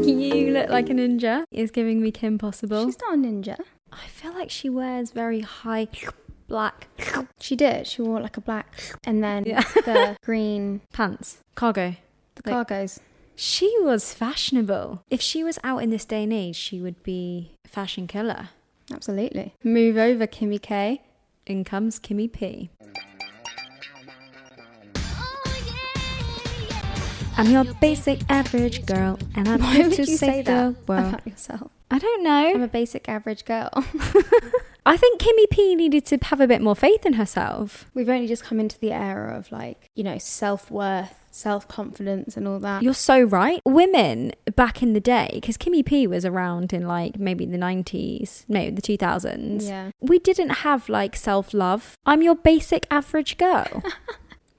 bit like a ninja. Is giving me Kim Possible. She's not a ninja. I feel like she wears very high black She did. She wore like a black and then Yeah. the green, pants, cargo. the Like- cargos. She was fashionable. If she was out in this day and age, she would be a fashion killer. Absolutely. Move over, Kimmy K. In comes Kimmy P. I'm your basic average girl, and I'm Why here would to you say save the that world. about yourself? I don't I'm know. a basic average girl. I think Kimmy P needed to have a bit more faith in herself. We've only just come into the era of like, you know, self worth, self confidence, and all that. You're so right. Women back in the day, because Kimmy P was around in like maybe the 90s, no, the 2000s. yeah. We didn't have like self love. I'm your basic average girl.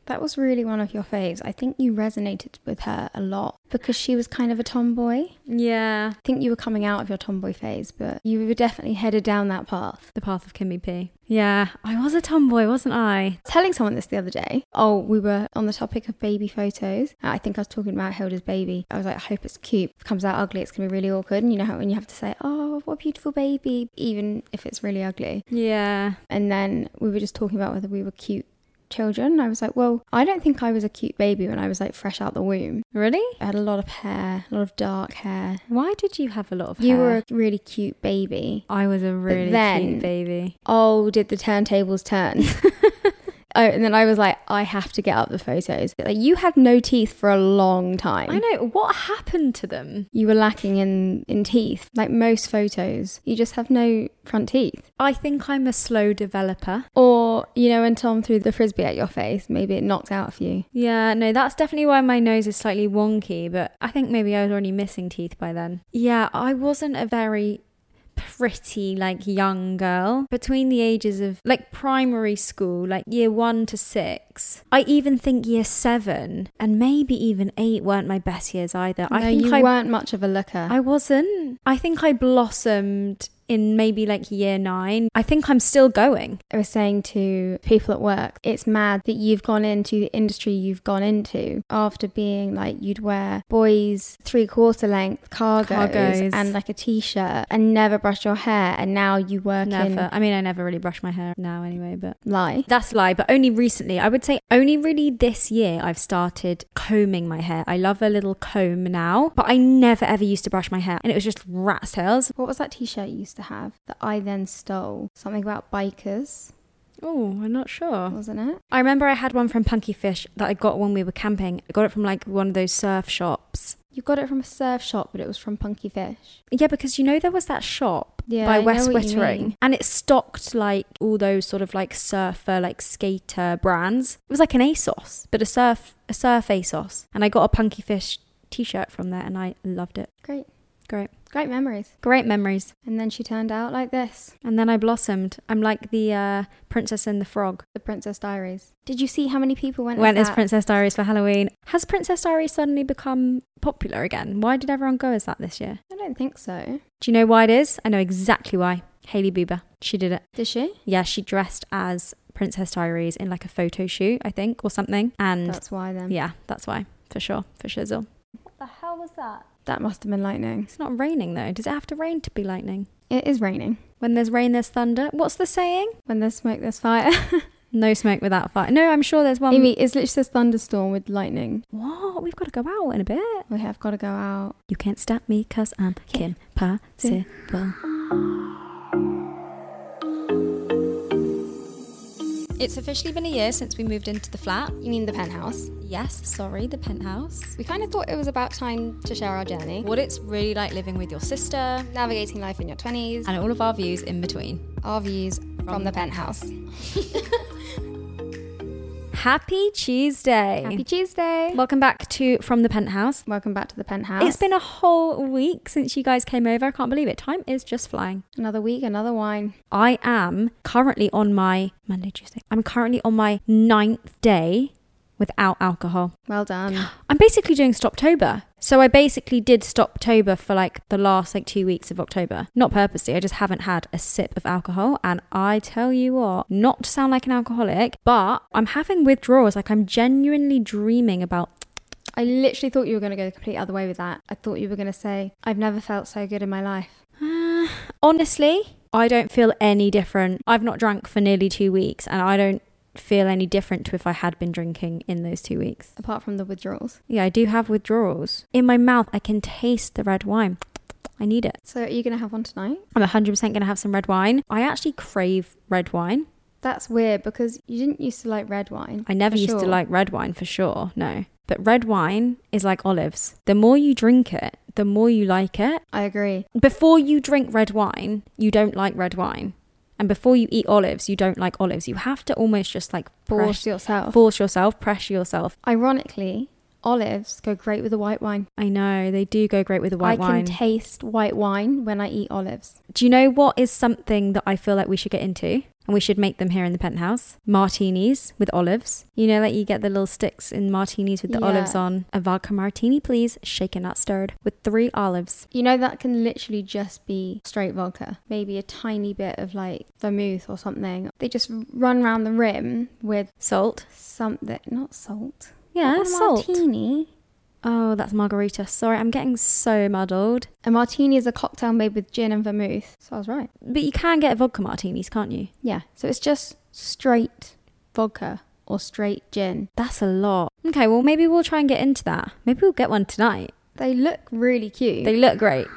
That was really one of your faves. I think you resonated with her a lot because she was kind of a tomboy. yeah. I think you were coming out of your tomboy phase, but you were definitely headed down that path. The path of Kimmy P. Yeah, I was a tomboy, wasn't I? Telling someone this the other day, oh, we were on the topic of baby photos. Uh, I think I was talking about Hilda's baby. I was like, I hope it's cute. If it comes out ugly, it's going to be really awkward. And you know how when you have to say, oh, what a beautiful baby, even if it's really ugly. Yeah. And then we were just talking about whether we were cute children. And I was like, well, I don't think I was a cute baby when I was like fresh out the womb. Really? I had a lot of hair, a lot of dark hair. Why did you have a lot of You hair? were a really cute baby. I was a really then- cute baby. oh, did the turntables turn? oh, and then I was like, I have to get up the photos. Like, you had no teeth for a long time. I know. What happened to them? You were lacking in, in teeth. Like most photos, you just have no front teeth. I think I'm a slow developer. Or, you know, when Tom threw the frisbee at your face, maybe it knocked out a few. Yeah, no, that's definitely why my nose is slightly wonky, but I think maybe I was already missing teeth by then. Yeah, I wasn't a very pretty, like, young girl. Between the ages of, like, primary school, like year one to six, I even think year seven and maybe even eight weren't my best years either. I no, think you I, weren't much of a looker. I wasn't. I think I blossomed in maybe like year nine. I think I'm still going. I was saying to people at work, it's mad that you've gone into the industry you've gone into after being like you'd wear boys three quarter length cargos, Cargos. and like a t shirt and never brush your hair, and now you work Never. I mean, I never really brush my hair now anyway, but. in lie. That's a lie, but only recently. I would say only really this year I've started combing my hair. I love a little comb now, but I never ever used to brush my hair, and it was just rat's tails. What was that t shirt you used to have that I then stole? Something about bikers, Oh, I'm not sure. wasn't it? I remember I had one from Punky Fish that I got when we were camping. I got it from like one of those surf shops. You got it from a surf shop, but it was from Punky Fish. Yeah, because you know there was that shop Yeah, I by know West what you Wittering, mean. and it stocked like all those sort of like surfer, like skater brands. It was like an ASOS, but a surf, a surf ASOS. And I got a Punky Fish t-shirt from there, and I loved it. Great. Great. Great memories. Great memories. And then she turned out like this. And then I blossomed. I'm like the uh, Princess and the Frog. The Princess Diaries. Did you see how many people went? When as is that? Princess Diaries for Halloween? Has Princess Diaries suddenly become popular again? Why did everyone go as that this year? I don't think so. Do you know why it is? I know exactly why. Hailey Bieber. She did it. Did she? Yeah, she dressed as Princess Diaries in like a photo shoot, I think, or something. And That's why then. yeah, that's why, for sure, for shizzle. What the hell was that? That must have been lightning. It's not raining though. Does it have to rain to be lightning? It is raining. When there's rain, there's thunder. What's the saying? When there's smoke, there's fire. No smoke without fire. No, I'm sure there's one. Amy, it's literally just thunderstorm with lightning. What? We've got to go out in a bit. We have got to go out. You can't stop me because I'm Kim Possible. It's officially been a year since we moved into the flat. Ah, You mean the penthouse? Yes, sorry, the penthouse. We kind of thought it was about time to share our journey, What it's really like living with your sister, navigating life in your 20s, and all of our views in between. our views from, the penthouse. Happy Tuesday. Happy Tuesday. Welcome back to From the Penthouse. Welcome back to the penthouse. It's been a whole week since you guys came over. I can't believe it. Time is just flying. another week, another wine. I am currently on my Monday, Tuesday. I'm currently on my ninth day without alcohol. Well done. I'm basically doing Stoptober. So I basically did Stoptober for like the last like two weeks of October. Not purposely, I just haven't had a sip of alcohol. And I tell you what, not to sound like an alcoholic, but I'm having withdrawals. Like I'm genuinely dreaming about I literally thought you were going to go the complete other way with that. I thought you were going to say, I've never felt so good in my life. Uh, honestly, I don't feel any different. I've not drank for nearly two weeks, and I don't feel any different to if I had been drinking in those two weeks. Apart from the withdrawals. Yeah, I do have withdrawals. In my mouth, I can taste the red wine. I need it. So are you going to have one tonight? I'm 100% going to have some red wine. I actually crave red wine. That's weird because you didn't used to like red wine. I never for used to sure. like red wine for sure, no. But red wine is like olives. The more you drink it, the more you like it. I agree. Before you drink red wine, you don't like red wine. And before you eat olives, you don't like olives. You have to almost just like Force force, yourself. force yourself, pressure yourself. Ironically, olives go great with a white wine. I know, they do go great with the white I wine. can taste white wine when I eat olives. Do you know what is something that I feel like we should get into? And we should make them here in the penthouse. Martinis with olives. You know, like you get the little sticks in martinis with the Yeah. olives on. A vodka martini, please. Shaken, not stirred. With three olives. You know, that can literally just be straight vodka, maybe a tiny bit of like vermouth or something. They just run round the rim with Salt. something, not salt. Yeah, Not a salt. Martini. Oh, that's margarita. Sorry, I'm getting so muddled. A martini is a cocktail made with gin and vermouth. So I was right. But you can get vodka martinis, can't you? Yeah. So it's just straight vodka or straight gin. That's a lot. Okay, well, maybe we'll try and get into that. Maybe we'll get one tonight. They look really cute. They look great.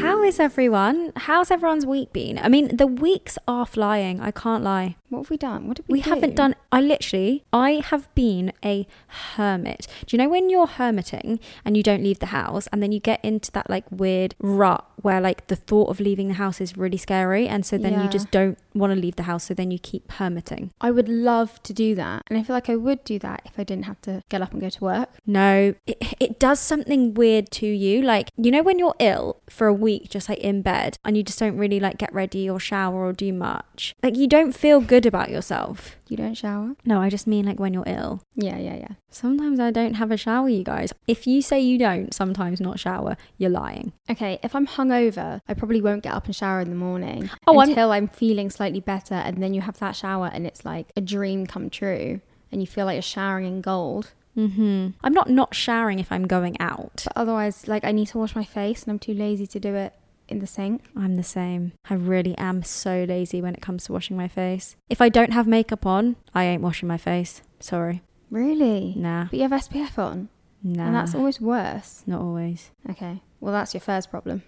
How is everyone? How's everyone's week been? I mean, the weeks are flying. I can't lie. what have we done? What did we We do? haven't done. I literally, I have been a hermit. Do you know when you're hermiting and you don't leave the house, and then you get into that like weird rut where like the thought of leaving the house is really scary, and so then Yeah. you just don't want to leave the house, so then you keep hermiting. I would love to do that. And I feel like I would do that if I didn't have to get up and go to work. No, it, it does something weird to you. Like, you know, when you're ill for a week, just like in bed, and you just don't really like get ready or shower or do much, like, you don't feel good about yourself. You don't shower? No, I just mean like when you're ill. Yeah, yeah, yeah. Sometimes I don't have a shower, you guys. If you say you don't sometimes not shower, you're lying. Okay, if I'm hungover, I probably won't get up and shower in the morning Oh, I'm- until I'm feeling slightly better. And then you have that shower and it's like a dream come true. And you feel like you're showering in gold. hmm I'm not not showering if I'm going out. But otherwise, like I need to wash my face and I'm too lazy to do it in the sink. I'm the same. I really am so lazy when it comes to washing my face. If I don't have makeup on, I ain't washing my face. Sorry. Really? Nah. But you have SPF on. Nah. And that's almost worse. not always. Okay. Well, that's your first problem.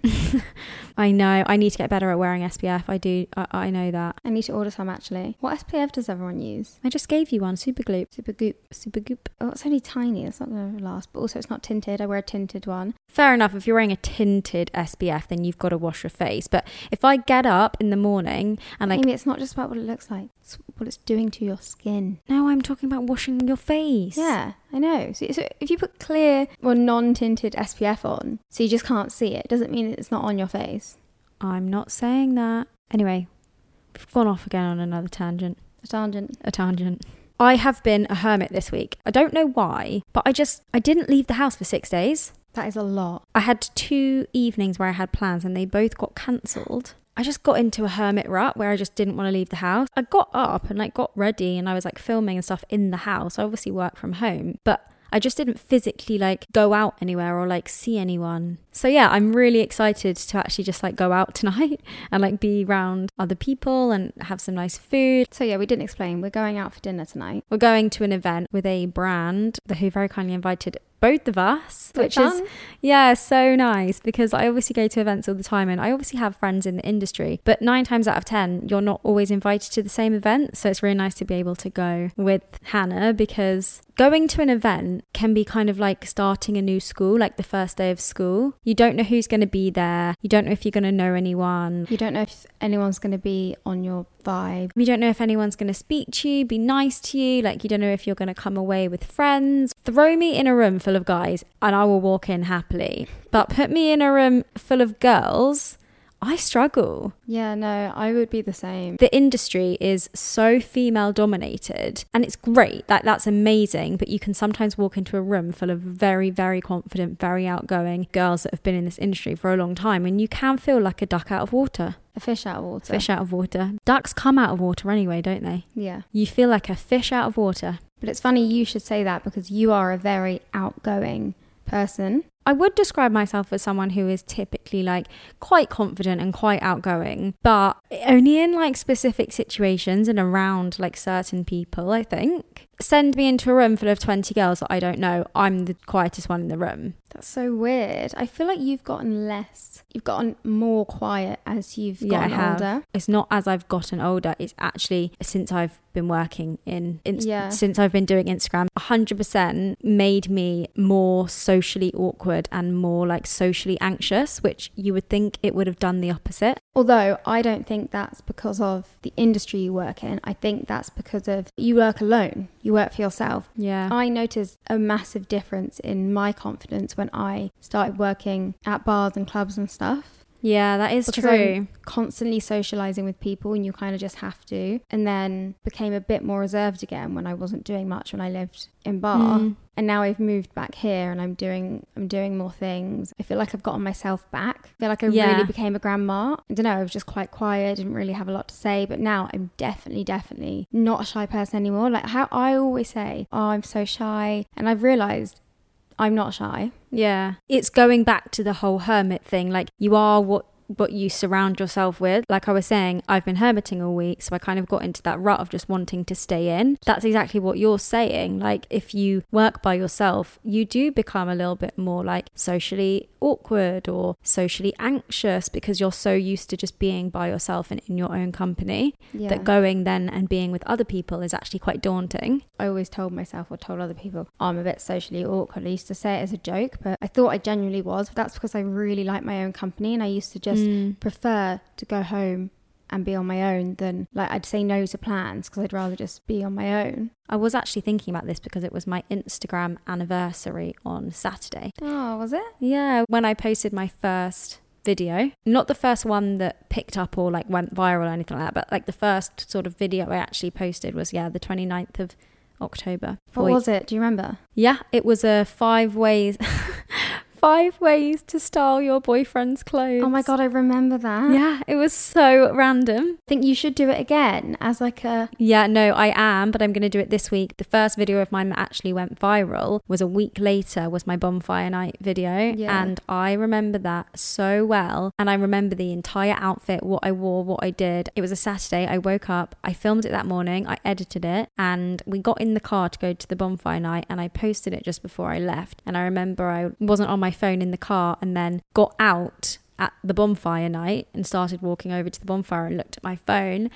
I know. I need to get better at wearing SPF. I do. I, I know that. I need to order some actually. What SPF does everyone use? I just gave you one. Super glue. Super Goop. Super goop. Oh, it's only tiny. It's not going to last. But also, it's not tinted. I wear a tinted one. Fair enough. If you're wearing a tinted SPF, then you've got to wash your face. But if I get up in the morning and like, Amy, it's not just about what it looks like. It's what it's doing to your skin. no, I'm talking about washing your face. Yeah, I know. So, so if you put clear or non-tinted SPF on, so you just can't see it, doesn't mean it's not on your face. I'm not saying that. Anyway, we've gone off again on another tangent. A tangent. A tangent. I have been a hermit this week. I don't know why, but I just I didn't leave the house for six days. That is a lot. I had two evenings where I had plans and they both got cancelled. I just got into a hermit rut where I just didn't want to leave the house. I got up and like got ready and I was like filming and stuff in the house. I obviously work from home, but I just didn't physically like go out anywhere or like see anyone. So yeah, I'm really excited to actually just like go out tonight and like be around other people and have some nice food. So yeah, we didn't explain. We're going out for dinner tonight. We're going to an event with a brand who very kindly invited both of us, which is Fun. yeah, so nice because I obviously go to events all the time and I obviously have friends in the industry, but nine times out of 10, you're not always invited to the same event. So it's really nice to be able to go with Hannah because going to an event can be kind of like starting a new school, like the first day of school. You don't know who's going to be there, you don't know if you're going to know anyone. you don't know if anyone's going to be on your vibe. You don't know if anyone's going to speak to you, be nice to you. Like, you don't know if you're going to come away with friends. Throw me in a room full of guys and I will walk in happily. But put me in a room full of girls, I struggle. Yeah, no, I would be the same. The industry is so female dominated and it's great. That, that's amazing. But you can sometimes walk into a room full of very, very confident, very outgoing girls that have been in this industry for a long time and you can feel like a duck out of water, A fish out of water. fish out of water. Ducks come out of water anyway, don't they? Yeah. You feel like a fish out of water. But it's funny you should say that because you are a very outgoing person. I would describe myself as someone who is typically like quite confident and quite outgoing, but only in like specific situations and around like certain people, I think. Send me into a room full of 20 girls that I don't know, I'm the quietest one in the room. That's so weird. I feel like you've gotten less, you've gotten more quiet as you've Yeah, I gotten have. older. It's not as I've gotten older, it's actually since I've been working in, in Yeah. since I've been doing Instagram, 100% made me more socially awkward and more like socially anxious, which you would think it would have done the opposite. Although I don't think that's because of the industry you work in. I think that's because of you work alone, you work for yourself. Yeah. I noticed a massive difference in my confidence when I started working at bars and clubs and stuff. Yeah, that is Because true. I'm- constantly socializing with people and you kind of just have to and then became a bit more reserved again when I wasn't doing much when I lived in Bar Mm. and now I've moved back here and I'm doing I'm doing more things I feel like I've gotten myself back I feel like I Yeah. really became a grandma I don't know I was just quite quiet didn't really have a lot to say but now I'm definitely definitely not a shy person anymore like how I always say oh I'm so shy and I've realized I'm not shy Yeah. It's going back to the whole hermit thing. Like you are what what you surround yourself with. Like I was saying, I've been hermiting all week, so I kind of got into that rut of just wanting to stay in. That's exactly what you're saying. Like if you work by yourself, you do become a little bit more like socially awkward or socially anxious because you're so used to just being by yourself and in your own company yeah that going then and being with other people is actually quite daunting. I always told myself or told other people, "Oh, I'm a bit socially awkward. I used to say it as a joke, but I thought I genuinely was. But that's because I really like my own company and I used to just Mm. prefer to go home and be on my own than like I'd say no to plans because I'd rather just be on my own. I was actually thinking about this because it was my Instagram anniversary on Saturday. Oh, was it? Yeah, when I posted my first video, not the first one that picked up or like went viral or anything like that, but like the first sort of video I actually posted was, yeah, the 29th of October. What Boy- was it? Do you remember? yeah, it was a five ways, five ways to style your boyfriend's clothes. Oh my god, I remember that. Yeah, it was so random. I think you should do it again as like a Yeah, no, I am, but I'm going to do it this week. The first video of mine that actually went viral was a week later was my bonfire night video, Yeah. and I remember that so well. And I remember the entire outfit, what I wore, what I did. It was a Saturday. I woke up, I filmed it that morning, I edited it, and we got in the car to go to the bonfire night, and I posted it just before I left. And I remember I wasn't on my phone in the car, and then got out at the bonfire night and started walking over to the bonfire and looked at my phone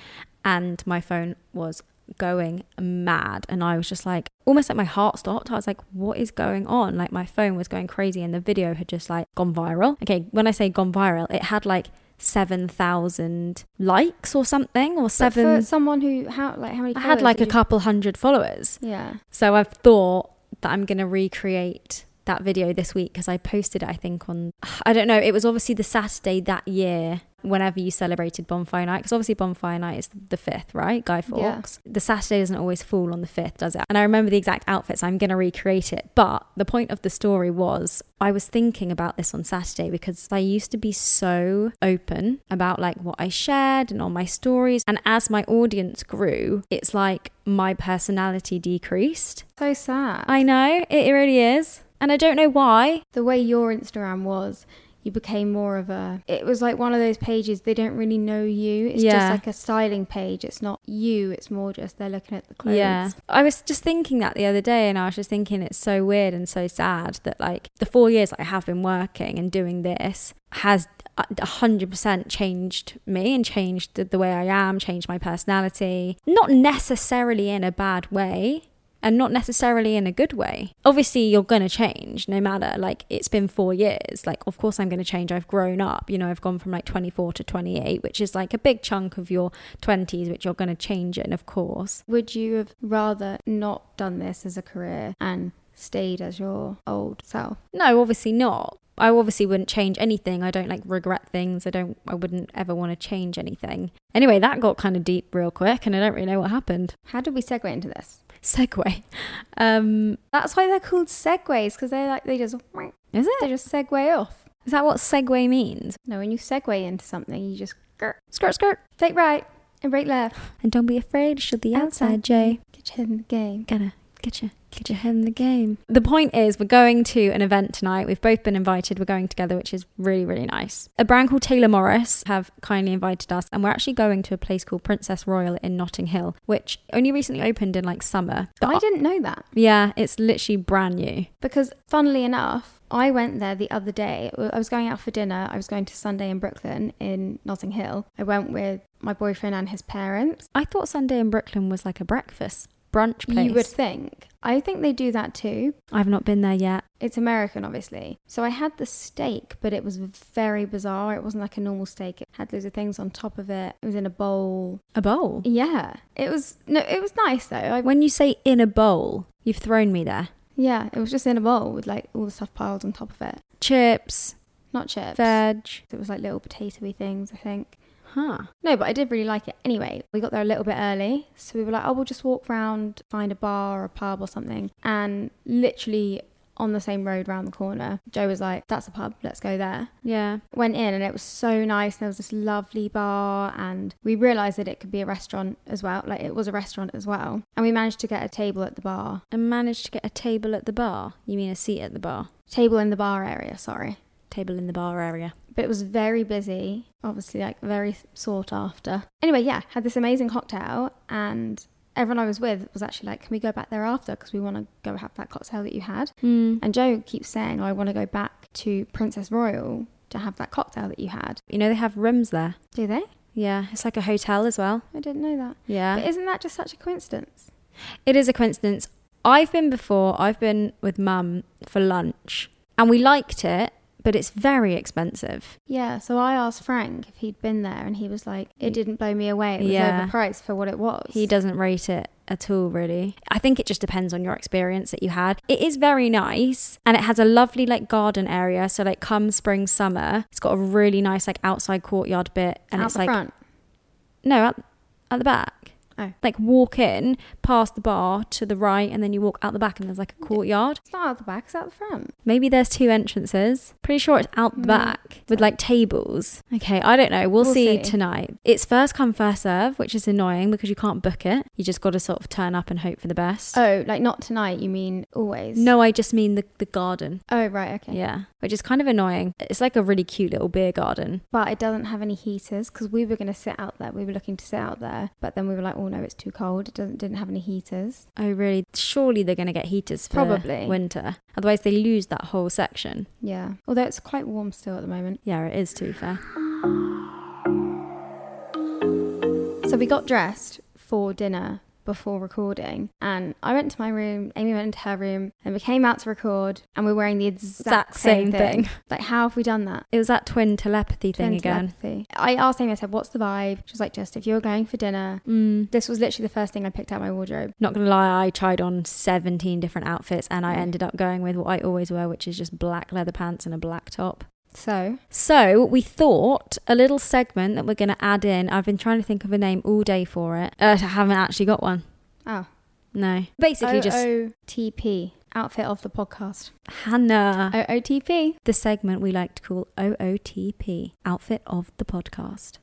and my phone was going mad and I was just like almost like my heart stopped. I was like, what is going on? Like my phone was going crazy and the video had just like gone viral. Okay, when I say gone viral, it had like seven thousand likes or something or but seven for someone who how like how many I had followers like a did couple hundred followers. you- Yeah. So I've thought that I'm going to recreate that video this week because I posted it, I think, on, I don't know, it was obviously the Saturday that year whenever you celebrated Bonfire Night. Because obviously Bonfire Night is the 5th, right? Guy Yeah. Fawkes. The Saturday doesn't always fall on the 5th, does it? And I remember the exact outfits. I'm going to recreate it. But the point of the story was I was thinking about this on Saturday because I used to be so open about like what I shared and all my stories. And as my audience grew, it's like my personality decreased. So sad. I know, it really is. And I don't know why. the way your Instagram was, you became more of a. It was like one of those pages they don't really know you. It's Yeah. just like a styling page. It's not you. It's more just they're looking at the clothes. Yeah. I was just thinking that the other day and I was just thinking it's so weird and so sad that like the 4 years I have been working and doing this has a 100% changed me and changed the, the way I am, changed my personality. Not necessarily in a bad way and not necessarily in a good way. Obviously, you're going to change no matter like it's been 4 years. Like of course I'm going to change. I've grown up. You know, I've gone from like 24 to 28, which is like a big chunk of your 20s which you're going to change in, of course. Would you have rather not done this as a career and stayed as your old self? No, obviously not. I obviously wouldn't change anything. I don't like regret things. I don't I wouldn't ever want to change anything. Anyway, that got kind of deep real quick and I don't really know what happened. How did we segue into this? Segway. Um That's why they're called segues because they're like they just is they it? just segue off. Is that what segue means? No, when you segue into something, you just grr, Skirt skirt. take right and break left. And don't be afraid, show the outside, Outside. Jay. Get your head in the game. Gotta Get your get your head in the game. The point is, we're going to an event tonight. We've both been invited. We're going together, which is really really nice. A brand called Taylor Morris have kindly invited us, and we're actually going to a place called Princess Royal in Notting Hill, which only recently opened in like summer. The I didn't know that yeah, it's literally brand new. because, funnily enough, I went there the other day. I was going out for dinner. I was going to Sunday in Brooklyn in Notting Hill. I went with my boyfriend and his parents. I thought Sunday in Brooklyn was like a breakfast brunch place. You would think. I think they do that too. I've not been there yet. It's American, obviously. So I had the steak, but it was very bizarre. It wasn't like a normal steak. It had loads of things on top of it. It was in a bowl. A bowl. Yeah, it was. No, it was nice though. I, When you say in a bowl, you've thrown me there. yeah, it was just in a bowl with like all the stuff piled on top of it. Chips, Not chips. veg. It was like little potatoy things, I think. Huh. No, but I did really like it. Anyway, we got there a little bit early. So we were like, oh, we'll just walk round, find a bar or a pub or something. And literally on the same road round the corner, Joe was like, that's a pub, let's go there. Yeah. Went in and it was so nice. There was this lovely bar, and we realised that it could be a restaurant as well. Like it was a restaurant as well. And we managed to get a table at the bar, And managed to get a table at the bar. You mean a seat at the bar? table in the bar area, sorry. Table in the bar area. But it was very busy, obviously, like very sought after. Anyway, yeah, had this amazing cocktail, and everyone I was with was actually like, Can we go back there after? Because we want to go have that cocktail that you had. Mm. And Joe keeps saying, oh, I want to go back to Princess Royal to have that cocktail that you had. You know, they have rooms there. Do they? Yeah. It's like a hotel as well. I didn't know that. Yeah. But isn't that just such a coincidence? It is a coincidence. I've been before, I've been with mum for lunch and we liked it, but it's very expensive. Yeah, so I asked Frank if he'd been there, and he was like, It didn't blow me away. It was Yeah. overpriced for what it was. He doesn't rate it at all, really. I think it just depends on your experience that you had. It is very nice and it has a lovely like garden area. So like come spring, summer, it's got a really nice like outside courtyard bit and Out it's the like front. no at, at the back. Oh. Like walk in past the bar to the right and then you walk out the back and there's like a courtyard. It's not out the back, it's out the front. Maybe there's two entrances. Pretty sure it's out the Mm. back with like tables. Okay, I don't know. We'll, We'll see, see. tonight. It's first come, first serve, which is annoying because you can't book it. You just got to sort of turn up and hope for the best. Oh, like not tonight, you mean always? No, I just mean the, the garden. Oh, right, okay. Yeah, which is kind of annoying. It's like a really cute little beer garden. But it doesn't have any heaters because we were going to sit out there. We were looking to sit out there, but then we were like, oh no, it's too cold. It doesn't didn't have any heaters. Oh, really? Surely they're going to get heaters for Probably. winter. Otherwise, they lose that whole section. Yeah. Although it's quite warm still at the moment. Yeah, it is, to be fair. So we got dressed for dinner before recording, and I went to my room. Amy went into her room, and we came out to record, and we're wearing the exact, same, thing. Like, how have we done that? It was that twin telepathy thing Twin again. telepathy. I asked Amy. I said, "What's the vibe?" She was like, "Just if you were going for dinner." Mm. This was literally the first thing I picked out of my wardrobe. Not gonna lie, I tried on 17 different outfits and I Mm. ended up going with what I always wear, which is just black leather pants and a black top. So So, we thought a little segment that we're gonna add in. I've been trying to think of a name all day for it. Uh, I haven't actually got one. Oh. No. Basically, just OOTP, outfit of the podcast. Hannah. OOTP. the segment we like to call OOTP, Outfit of the Podcast.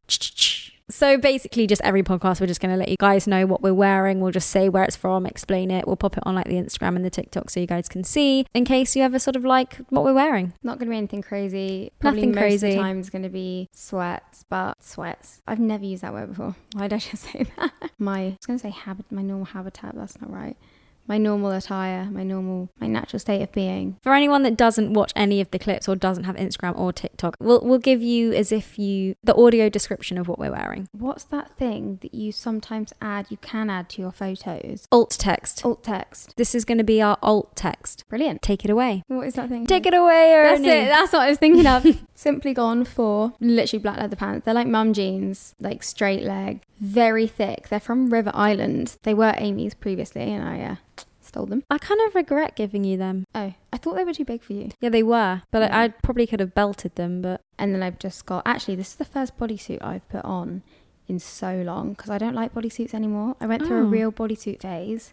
So basically, just every podcast, we're just going to let you guys know what we're wearing. We'll just say where it's from, explain it. We'll pop it on like the Instagram and the TikTok so you guys can see in case you ever sort of like what we're wearing. Not going to be anything crazy. Probably Nothing most Of crazy. the time is going to be sweats, but sweats. I've never used that word before. Why did I just say that? My I was going to say habit. My normal habitat. That's not right. My normal attire. My normal. My natural state of being. For anyone that doesn't watch any of the clips or doesn't have Instagram or TikTok, we'll, we'll give you as if you the audio description of what we're wearing. What's that thing that you sometimes add? You can add to your photos. Alt text. Alt text. This is going to be our alt text. Brilliant. Take it away. What is that thing? Take it away, That's Ernie. it. That's what I was thinking of. Simply gone for literally black leather pants. They're like mum jeans, like straight leg, very thick. They're from River Island. They were Amy's previously, and I uh, stole them. I kind of regret giving you them. Oh, I thought they were too big for you. Yeah, they were, but Yeah. I, I probably could have belted them. But And then I've just got. Actually, this is the first bodysuit I've put on in so long because I don't like bodysuits anymore. I went through a Oh. real bodysuit phase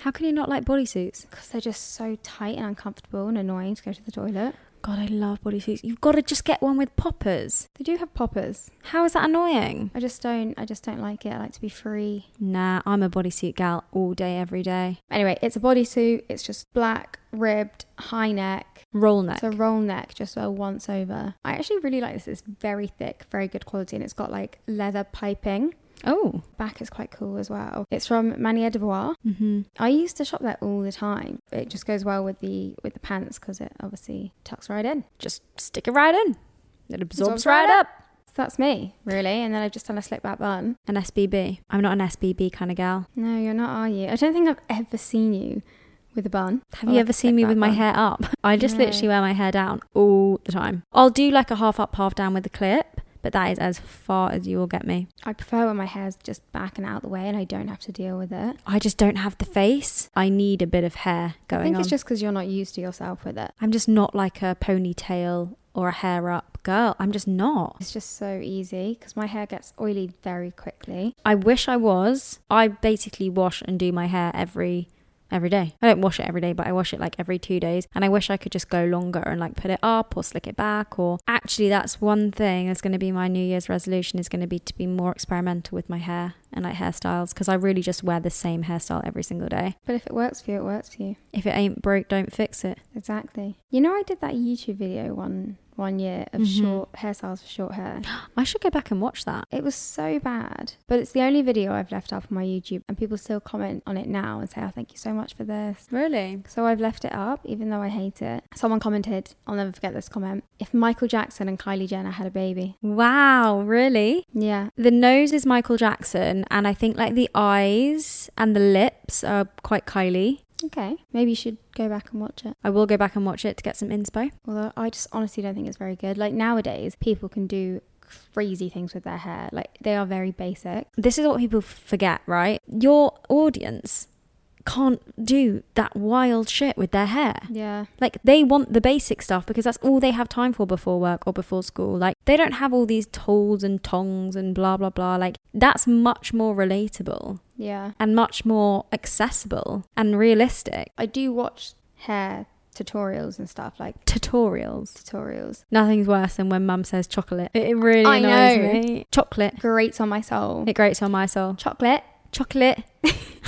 how can you not like bodysuits? because they're just so tight and uncomfortable and annoying to go to the toilet. God, I love bodysuits. You've got to just get one with poppers. They do have poppers. How is that annoying? I just don't. I just don't like it. I like to be free. Nah, I'm a bodysuit gal all day, every day. Anyway, it's a bodysuit. It's just black, ribbed, high neck. Roll neck. It's a roll neck, just a once over. I actually really like this. It's very thick, very good quality, and it's got like leather piping. oh. Back is quite cool as well. It's from Manier de Bois. Mm-hmm. I used to shop there all the time. It just goes well with the with the pants because it obviously tucks right in. Just stick it right in. It absorbs Absorbs right right up. So that's me, really. And then I've just done a slick back bun. An SBB. I'm not an SBB kind of gal. No, you're not, are you? I don't think I've ever seen you with a bun. Have Or you like ever a seen slick me Oh, back with my bun. hair up? I just No. literally wear my hair down all the time. I'll do like a half up, half down with the clip, but that is as far as you will get me. I prefer when my hair's just back and out the way, and I don't have to deal with it. I just don't have the face. I need a bit of hair going I think on. it's just because you're not used to yourself with it. I'm just not like a ponytail or a hair up girl. I'm just not. It's just so easy because my hair gets oily very quickly. I wish I was. I basically wash and do my hair every every day. I don't wash it every day, but I wash it like every 2 days and I wish I could just go longer and like put it up or slick it back or actually that's one thing that's going to be my new year's resolution is going to be to be more experimental with my hair and like hairstyles because I really just wear the same hairstyle every single day. But if it works for you, it works for you. If it ain't broke, don't fix it. Exactly. You know, I did that YouTube video one one year of Mhm. short hairstyles for short hair. I should go back and watch that. It was so bad, but it's the only video I've left up on my YouTube, and people still comment on it now and say, "Oh, thank you so much for this." Really? So I've left it up, even though I hate it. Someone commented, I'll never forget this comment. If Michael Jackson and Kylie Jenner had a baby, Wow, really? yeah, The nose is Michael Jackson, and I think like the eyes and the lips are quite Kylie. okay, maybe you should go back and watch it. I will go back and watch it to get some inspo. Although I just honestly don't think it's very good. Like nowadays, people can do crazy things with their hair. Like they are very basic. This is what people forget, right? Your audience can't do that wild shit with their hair. Yeah. Like they want the basic stuff because that's all they have time for before work or before school. Like they don't have all these tools and tongs and blah blah blah. Like that's much more relatable Yeah. and much more accessible and realistic. I do watch hair tutorials and stuff like Tutorials. tutorials. Nothing's worse than when mum says chocolate. It, it really I annoys know. me. Chocolate. Grates on my soul. It grates on my soul. Chocolate. Chocolate.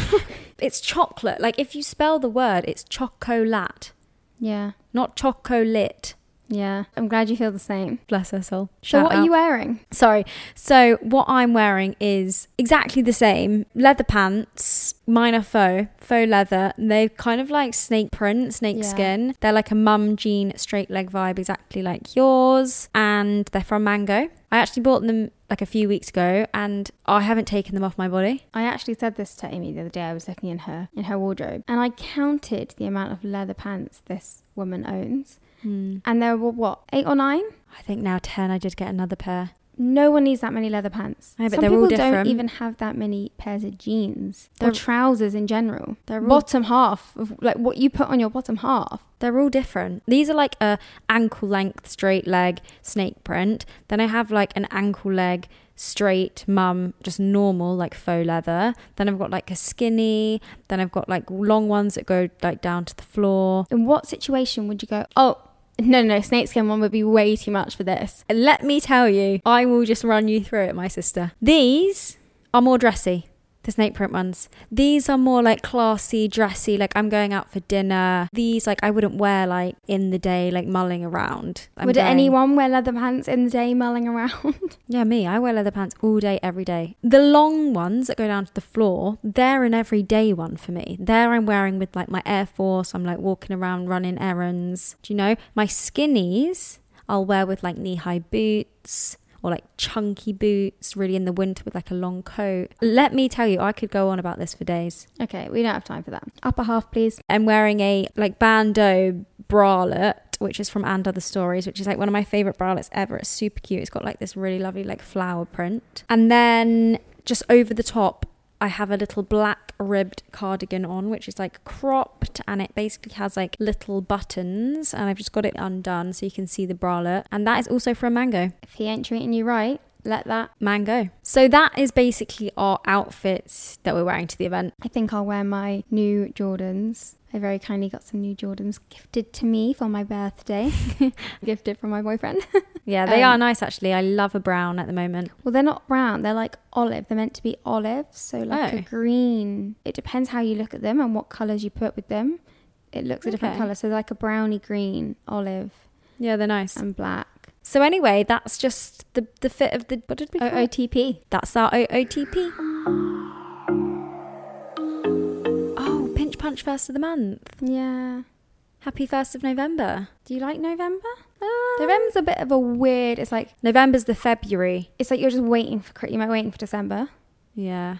it's chocolate. Like if you spell the word, it's chocolat, Yeah. not chocolate. Yeah. I'm glad you feel the same. Bless her soul. So Shout what out. are you wearing? Sorry. So what I'm wearing is exactly the same. Leather pants. Mine are faux. Faux leather. They're kind of like snake print, snake Yeah. skin. They're like a mum jean straight leg vibe, exactly like yours. And they're from Mango. I actually bought them like a few weeks ago and I haven't taken them off my body. I actually said this to Amy the other day. I was looking in her in her wardrobe, and I counted the amount of leather pants this woman owns, and there were what eight or nine. I think now 10, I did get another pair. No one needs that many leather pants. Yeah, but Some they're all people different. don't even have that many pairs of jeans They're- or trousers in general. They're all- bottom half of like what you put on your bottom half. They're all different. These are like a ankle length straight leg snake print. Then I have like an ankle leg straight mum, just normal like faux leather. Then I've got like a skinny. Then I've got like long ones that go like down to the floor. In what situation would you go? Oh no, no, snakeskin one would be way too much for this. And Let me tell you, I will just run you through it, my sister. These are more dressy. The snake print ones. These are more like classy, dressy. Like I'm going out for dinner. These like I wouldn't wear like in the day, like mulling around. I'm would going- anyone wear leather pants in the day mulling around? Yeah, me. I wear leather pants all day, every day. The long ones that go down to the floor, they're an everyday one for me. There I'm wearing with like my Air Force. I'm like walking around running errands. Do you know? My skinnies, I'll wear with like knee high boots or like chunky boots, really in the winter with like a long coat. Let me tell you, I could go on about this for days. okay, we don't have time for that. Upper half, please. I'm wearing a like bandeau bralette. Which is from And Other Stories, which is like one of my favorite bralettes ever. It's super cute. It's got like this really lovely like flower print. And then just over the top, I have a little black ribbed cardigan on, which is like cropped and it basically has like little buttons. And I've just got it undone so you can see the bralette. And that is also from Mango. If he ain't treating you right, let that. man go. So that is basically our outfits that we're wearing to the event. I think I'll wear my new Jordans. I very kindly got some new Jordans gifted to me for my birthday, gifted from my boyfriend. Yeah, they Um, are nice actually. I love a brown at the moment. Well, they're not brown. They're like olive. They're meant to be olive, so like Oh. a green. It depends how you look at them and what colors you put with them. It looks a different Okay. color. So they're like a browny green, olive, Yeah, they're nice. and black. Um, So anyway, that's just the the fit of the what did we call it? OOTP. That's our OOTP. Oh, pinch punch first of the month. Yeah. Happy first of November. Do you like November? Ah. November's a bit of a weird. It's like November's the February. it's like you're just waiting for Chri- you're waiting for December. Yeah.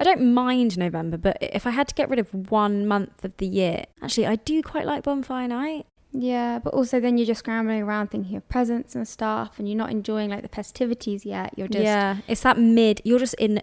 I don't mind November, but if I had to get rid of one month of the year, actually, I do quite like Bonfire Night. Yeah, but also then you're just scrambling around thinking of presents and stuff, and you're not enjoying like the festivities yet. You're just yeah, it's that mid. You're just in.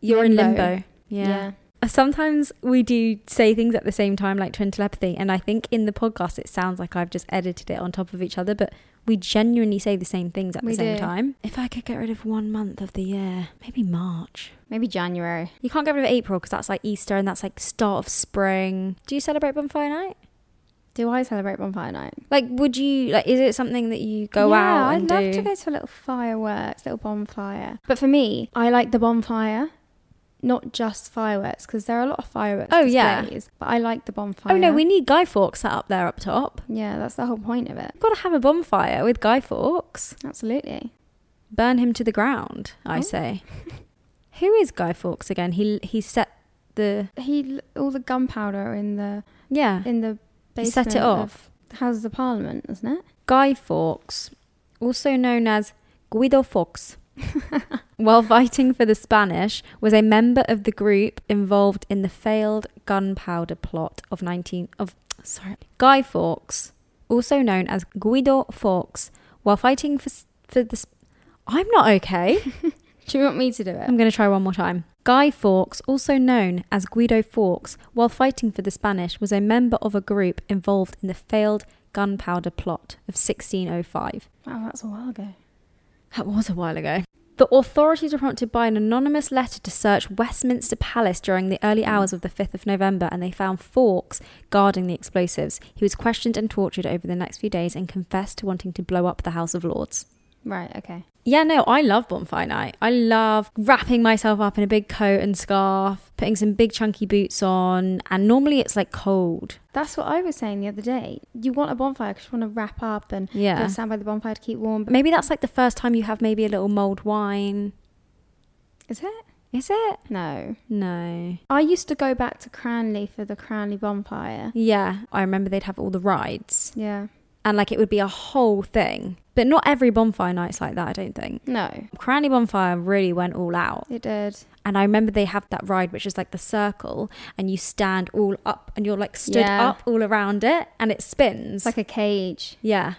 You're in Limbo. limbo. yeah. Sometimes we do say things at the same time, like twin telepathy. And I think in the podcast, it sounds like I've just edited it on top of each other, but we genuinely say the same things at We the same do. time. If I could get rid of one month of the year, maybe March. Maybe January. You can't get rid of April because that's like Easter and that's like start of spring. Do you celebrate Bonfire Night? Do I celebrate Bonfire Night? Like, would you, like, is it something that you go yeah, out I'd and love do? to go to a little fireworks, little bonfire. But for me, I like the bonfire, not just fireworks, because there are a lot of fireworks. Oh, yeah. displays, But I like the bonfire. oh, no, we need Guy Fawkes set up there up top. Yeah, that's the whole point of it. We've got to have a bonfire with Guy Fawkes. Absolutely. burn him to the ground i Oh. say who is guy fawkes again he he set the He all the gunpowder in the yeah in the he basement set it of off the Houses of Parliament, isn't it? guy fawkes also known as guido fawkes while fighting for the spanish was a member of the group involved in the failed gunpowder plot of 19 of sorry guy fawkes also known as guido fawkes while fighting for s- for the s- i'm not okay Do you want me to do it? I'm going to try one more time. Guy Fawkes, also known as Guido Fawkes, while fighting for the Spanish, was a member of a group involved in the failed gunpowder plot of 1605. Wow, that's a while ago. That was a while ago. The authorities were prompted by an anonymous letter to search Westminster Palace during the early hours of the 5th of November, and they found Fawkes guarding the explosives. He was questioned and tortured over the next few days and confessed to wanting to blow up the House of Lords. Right. Okay. Yeah, no, I love bonfire night. I love wrapping myself up in a big coat and scarf, putting some big chunky boots on, and normally it's like cold. That's what I was saying the other day. You want a bonfire because you want to wrap up and Yeah. go stand by the bonfire to keep warm. But Maybe that's like the first time you have maybe a little mulled wine. is it? Is it? No. No. I used to go back to Cranley for the Cranley bonfire. Yeah, I remember they'd have all the rides Yeah. and like it would be a whole thing. But not every bonfire night's like that, I don't think. No, Cranley Bonfire really went all out. it did. And I remember they have that ride, which is like the circle, and you stand all up and you're like stood Yeah. up all around it and it spins. It's like a cage. Yeah.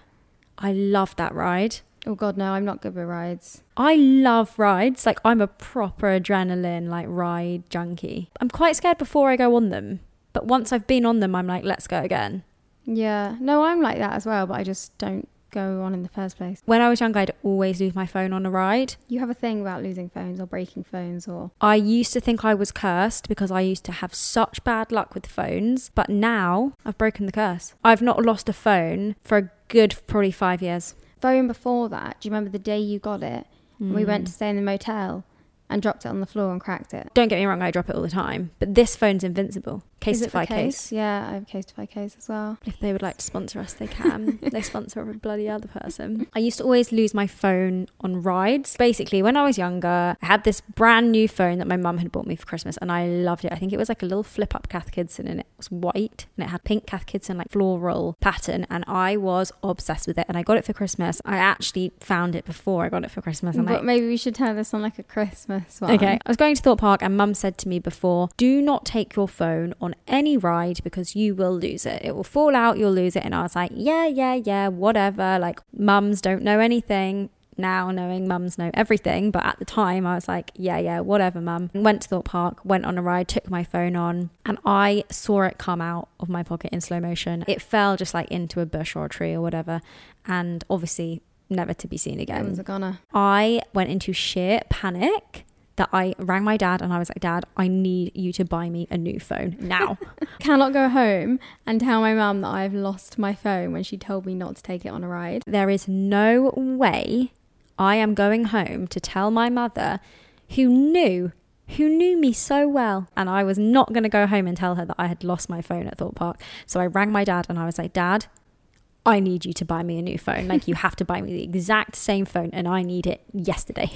I love that ride. Oh God, no, I'm not good with rides. I love rides. Like I'm a proper adrenaline like ride junkie. I'm quite scared before I go on them, but once I've been on them I'm like let's go again. Yeah. No, I'm like that as well, but I just don't go on in the first place. When I was younger I'd always lose my phone on a ride. You have a thing about losing phones or breaking phones or I used to think I was cursed because I used to have such bad luck with phones, but now I've broken the curse. I've not lost a phone for a good probably 5 years. phone before that. Do you remember the day you got it? And we Mm. went to stay in the motel and dropped it on the floor and cracked it. Don't get me wrong, I drop it all the time, but this phone's invincible. Case Is to it the five case. Yeah, I have a case to five case as well. If they would like to sponsor us, they can. they sponsor every bloody other person. I used to always lose my phone on rides. Basically, when I was younger, I had this brand new phone that my mum had bought me for Christmas and I loved it. I think it was like a little flip up Kath Kidson and it was white and it had pink Kath Kidson like floral pattern and I was obsessed with it and I got it for Christmas. I actually found it before I got it for Christmas and I But maybe we should turn this on like a Christmas one. Okay. I was going to Thought Park and mum said to me before, do not take your phone on any ride because you will lose it. It will fall out, you'll lose it. And I was like, yeah, yeah, yeah, whatever. Like, mums don't know anything. Now, knowing mums know everything. But at the time, I was like, yeah, yeah, whatever, mum. Went to Thought Park, went on a ride, took my phone on, and I saw it come out of my pocket in slow motion. It fell just like into a bush or a tree or whatever. And obviously, never to be seen again. Everyone's a goner. I went into sheer panic that I rang my dad and I was like, Dad, I need you to buy me a new phone now. Cannot go home and tell my mum that I've lost my phone when she told me not to take it on a ride. there is no way I am going home to tell my mother, who knew, who knew me so well, and I was not going to go home and tell her that I had lost my phone at Thorpe Park. So I rang my dad and I was like, Dad, I need you to buy me a new phone. Like, you have to buy me the exact same phone, and I need it yesterday.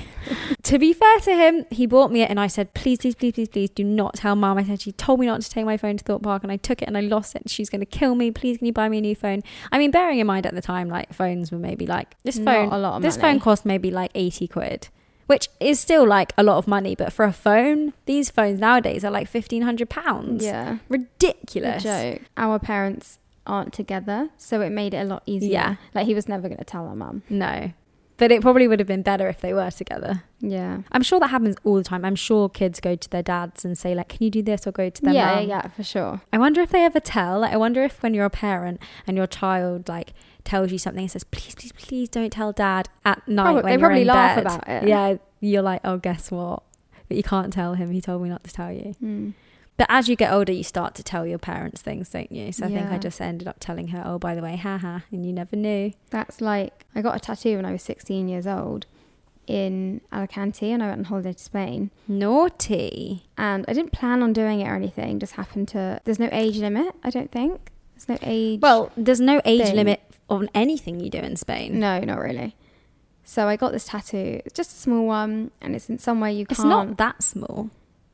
to be fair to him, he bought me it, and I said, Please, please, please, please, please do not tell mum. I said, She told me not to take my phone to Thorpe Park, and I took it and I lost it. She's going to kill me. Please, can you buy me a new phone? I mean, bearing in mind at the time, like, phones were maybe like this Not phone, a lot of this money. phone cost maybe like 80 quid. Which is still like a lot of money, but for a phone, these phones nowadays are like fifteen hundred pounds. Yeah. A ridiculous. joke. Our parents aren't together, so it made it a lot easier. Yeah. Like he was never going to tell our mum. No, but it probably would have been better if they were together. Yeah. I'm sure that happens all the time. I'm sure kids go to their dads and say like, "Can you do this?" or go to their Yeah, mum. yeah, for sure. I wonder if they ever tell. Like, I wonder if when you're a parent and your child like tells you something and says, "Please, please, please don't tell dad at night." Probably- when they you're probably in laugh bed." about it. Yeah, you're like, "Oh, guess what?" But you can't tell him. He told me not to tell you. Mm. But as you get older, you start to tell your parents things, don't you? So I think Yeah. I just ended up telling her, "Oh, by the way, haha," and you never knew. That's like I got a tattoo when I was 16 years old in Alicante, and I went on holiday to Spain. Naughty. And I didn't plan on doing it or anything. Just happened to. There's no age limit, I don't think. There's no age. Well, there's no age Thing. limit on anything you do in Spain. no, not really. So I got this tattoo. It's just a small one, and it's in somewhere you can't. It's not that small.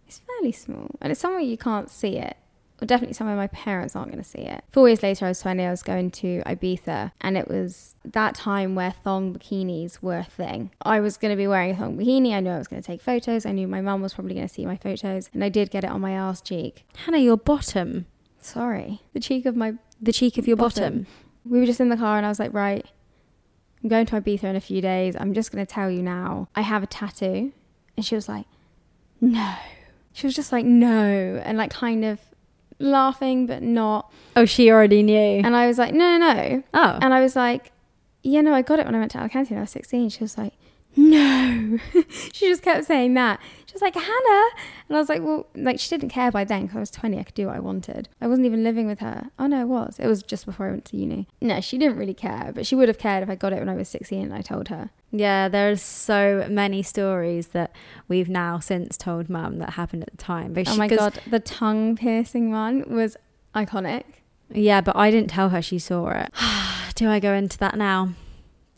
It's fairly small, and it's somewhere you can't see it. Or definitely somewhere my parents aren't going to see it. Four years later, I was 20, I was going to Ibiza, and it was that time where thong bikinis were a thing. I was going to be wearing a thong bikini, I knew I was going to take photos, I knew my mum was probably going to see my photos, and I did get it on my arse cheek. Hannah, your bottom. Sorry. The cheek of my. The cheek of your bottom. We were just in the car, and I was like, right, I'm going to Ibiza in a few days, I'm just going to tell you now, I have a tattoo. And she was like, no. She was just like, no. And like, kind of laughing, but not. Oh, she already knew. And I was like, no, no, no. oh. And I was like, yeah, no, I got it when I went to Alicante when I was 16. She was like, no. she just kept saying that. She was like, Hannah. And I was like, well, like, she didn't care by then because I was 20. I could do what I wanted. I wasn't even living with her. Oh, no, I was. It was just before I went to uni. No, she didn't really care, but she would have cared if I got it when I was 16 and I told her. yeah, there's so many stories that we've now since told mum that happened at the time. But Oh she- my 'cause- god, the tongue piercing one was iconic. Yeah, but I didn't tell her she saw it. Do I go into that now?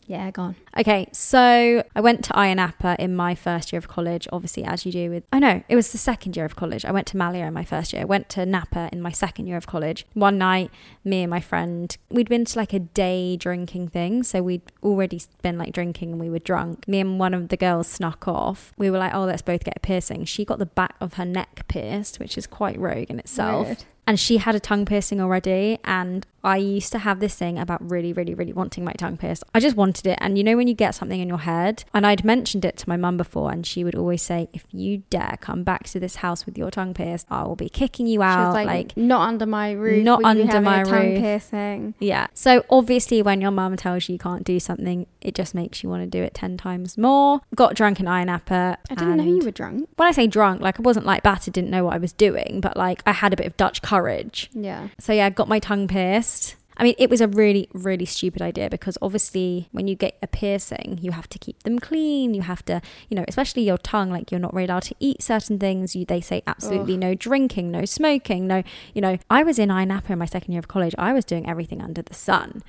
Yeah, gone. Okay, so I went to Iron Appa in my first year of college, obviously, as you do with. I know, it was the second year of college. I went to Malio in my first year. I went to Napa in my second year of college. One night, me and my friend, we'd been to like a day drinking thing. So we'd already been like drinking and we were drunk. Me and one of the girls snuck off. We were like, oh, let's both get a piercing. She got the back of her neck pierced, which is quite rogue in itself Weird. and she had a tongue piercing already and i used to have this thing about really really really wanting my tongue pierced i just wanted it and you know when you get something in your head and i'd mentioned it to my mum before and she would always say if you dare come back to this house with your tongue pierced i will be kicking you She out was like, like, not under my roof. Not will you be under having a my tongue roof." piercing. yeah so obviously when your mum tells you you can't do something it just makes you want to do it 10 times more got drunk in iron appa I didn't know and- you were drunk. when i say drunk like i wasn't like battered didn't know what i was doing but like i had a bit of dutch courage Yeah. So yeah, I got my tongue pierced. I mean, it was a really, really stupid idea because obviously, when you get a piercing, you have to keep them clean. You have to, you know, especially your tongue. Like you're not really allowed to eat certain things. You they say absolutely no drinking, no smoking, no. You know, I was in INAPA in my second year of college. I was doing everything under the sun.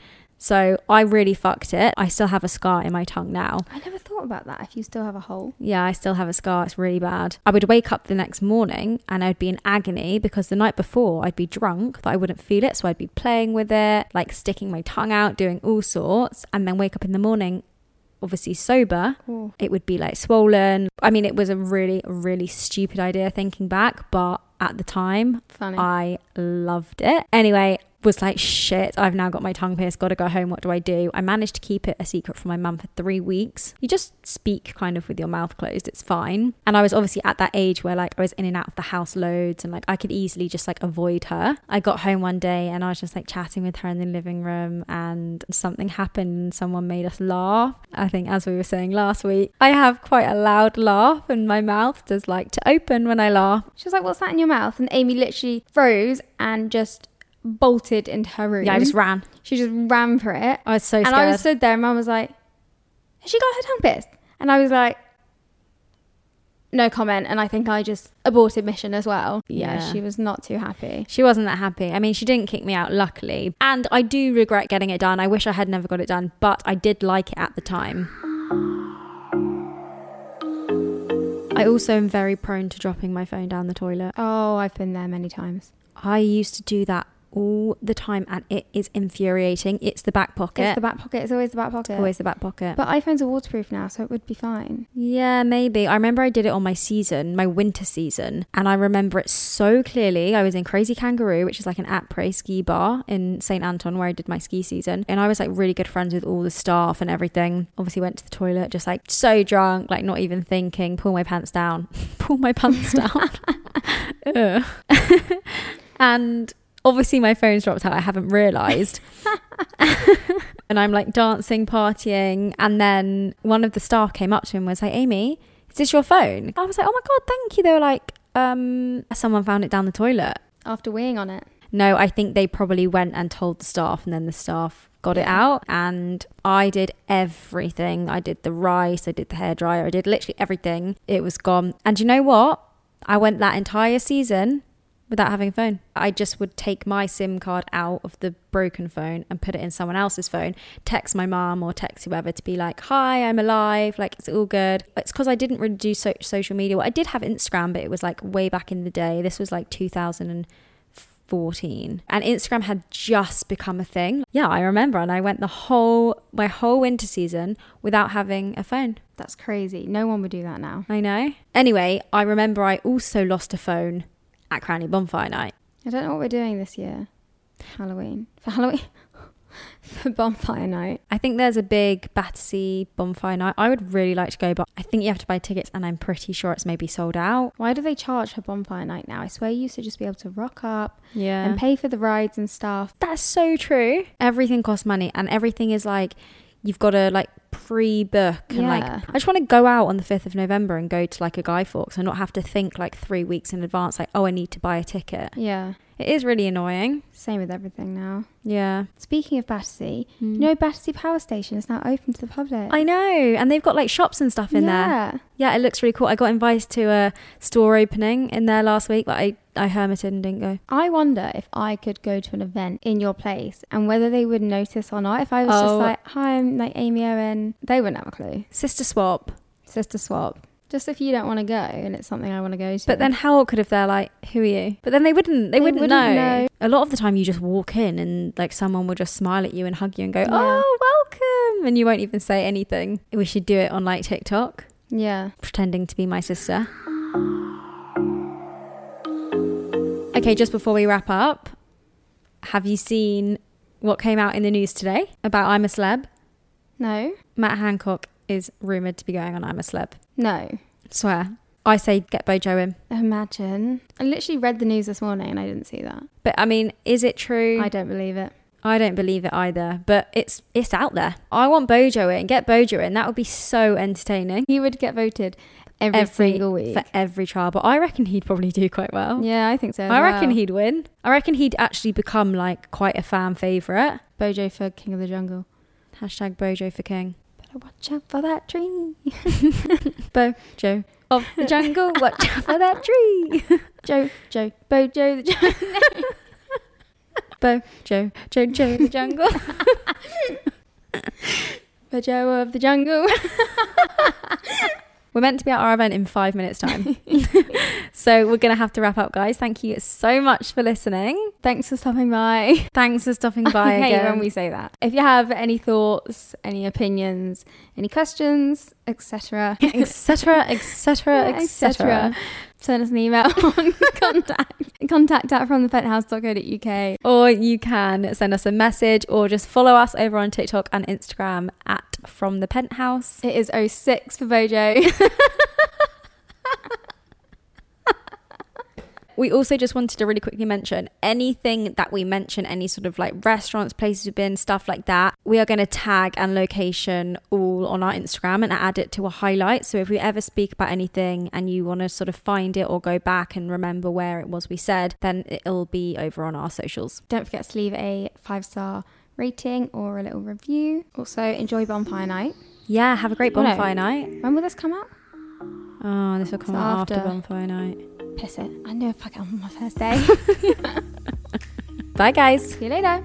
So I really fucked it. I still have a scar in my tongue now. I never thought about that. If you still have a hole. Yeah, I still have a scar. It's really bad. I would wake up the next morning and I'd be in agony because the night before I'd be drunk, but I wouldn't feel it. So I'd be playing with it, like sticking my tongue out, doing all sorts, and then wake up in the morning, obviously sober. Oh. It would be like swollen. I mean, it was a really, really stupid idea thinking back, but at the time, Funny. I loved it. Anyway, was like, shit, I've now got my tongue pierced, gotta go home, what do I do? I managed to keep it a secret from my mum for three weeks. You just speak kind of with your mouth closed, it's fine. And I was obviously at that age where like I was in and out of the house loads and like I could easily just like avoid her. I got home one day and I was just like chatting with her in the living room and something happened and someone made us laugh. I think as we were saying last week, I have quite a loud laugh and my mouth does like to open when I laugh. She was like, What's that in your mouth? And Amy literally froze and just bolted into her room. Yeah, I just ran. she just ran for it. I was so and scared. I was stood there and mum was like, Has she got her tongue pierced? And I was like, No comment. And I think I just aborted mission as well. Yeah, Yeah. she was not too happy. She wasn't that happy. I mean, she didn't kick me out, luckily. And I do regret getting it done. I wish I had never got it done, but I did like it at the time. I also am very prone to dropping my phone down the toilet. Oh, I've been there many times. I used to do that all the time, and it is infuriating. It's the back pocket. It's the back pocket. It's always the back pocket. Always the back pocket. But iPhones are waterproof now, so it would be fine. Yeah, maybe. I remember I did it on my season, my winter season, and I remember it so clearly. I was in Crazy Kangaroo, which is like an après ski bar in St Anton where I did my ski season, and I was like really good friends with all the staff and everything. Obviously went to the toilet just like so drunk, like not even thinking, pull my pants down. pull my pants down. Ugh. and obviously my phone's dropped out. I haven't realized and I'm like dancing, partying. And then one of the staff came up to him and was like, Amy, is this your phone? I was like, oh my God, thank you. They were like, um, someone found it down the toilet. After weighing on it. No, I think they probably went and told the staff, and then the staff got it out. And I did everything I did the rice, I did the hairdryer, I did literally everything. It was gone. And you know what? I went that entire season without having a phone. I just would take my SIM card out of the broken phone and put it in someone else's phone, text my mom or text whoever to be like, "Hi, I'm alive, like it's all good." It's cuz I didn't really do so- social media. Well, I did have Instagram, but it was like way back in the day. This was like 2014. And Instagram had just become a thing. Yeah, I remember and I went the whole my whole winter season without having a phone. That's crazy. No one would do that now. I know. Anyway, I remember I also lost a phone at Cranny Bonfire Night. I don't know what we're doing this year. Halloween. For Halloween? For bonfire night. I think there's a big Battersea bonfire night. I would really like to go, but I think you have to buy tickets, and I'm pretty sure it's maybe sold out. Why do they charge for bonfire night now? I swear you used to just be able to rock up Yeah. and pay for the rides and stuff. That's so true. Everything costs money, and everything is like you've got to like pre-book and like Yeah. I just want to go out on the 5th of November and go to like a Guy Fawkes and not have to think like 3 weeks in advance like oh I need to buy a ticket. Yeah. It is really annoying. Same with everything now. Yeah. Speaking of Battersea, Mm. you know Battersea Power Station is now open to the public. I know. And they've got like shops and stuff in there. yeah. Yeah, it looks really cool. I got invited to a store opening in there last week, but I, I hermited and didn't go. I wonder if I could go to an event in your place and whether they would notice or not. If I was just Oh. like, hi, I'm like Amy Owen, they wouldn't have a clue. Sister swap. Sister swap. Just if you don't want to go and it's something I want to go to. But then how awkward if they're like, who are you? But then they wouldn't. They, They wouldn't, wouldn't know. know. A lot of the time you just walk in and like someone will just smile at you and hug you and go, Yeah. oh, welcome. And you won't even say anything. We should do it on like TikTok, Yeah. pretending to be my sister. Okay, just before we wrap up, have you seen what came out in the news today about I'm a Celeb? No. Matt Hancock is rumoured to be going on I'm a Celeb. No. Swear. I say get Bojo in. Imagine. I literally read the news this morning and I didn't see that. But I mean, is it true? I don't believe it. I don't believe it either, but it's it's out there. I want Bojo in. Get Bojo in. That would be so entertaining. He would get voted every, single week. for every trial, but I reckon he'd probably do quite well. yeah, I think so. as I reckon well. he'd win. I reckon he'd actually become like quite a fan favorite. Bojo for King of the Jungle. Hashtag Bojo for King. Better watch out for that tree. Bojo of the jungle, watch out for that tree. Joe, Joe, Bojo the jungle. Joe, Joe, Joe, the jungle. Bojo of the jungle. We're meant to be at our event in five minutes' time. so we're going to have to wrap up, guys. Thank you so much for listening. Thanks for stopping by. Thanks for stopping by I hate again. when we say that. If you have any thoughts, any opinions, any questions, etc., etc., etc., etc., etc. send us an email on contact contact at from the penthouse.co.uk. Or you can send us a message or just follow us over on TikTok and Instagram at From the Penthouse. It is 06 for Bojo. We also just wanted to really quickly mention anything that we mention, any sort of like restaurants, places we've been, stuff like that. We are going to tag and location all on our Instagram and add it to a highlight. So if we ever speak about anything and you want to sort of find it or go back and remember where it was we said, then it'll be over on our socials. Don't forget to leave a five star rating or a little review. Also, enjoy Bonfire Night. Yeah, have a great Well, no. bonfire night. When will this come out? Oh, this will come It's out after. after. bonfire night. Piss it. I knew if I get on my first day. Bye, guys. See you later.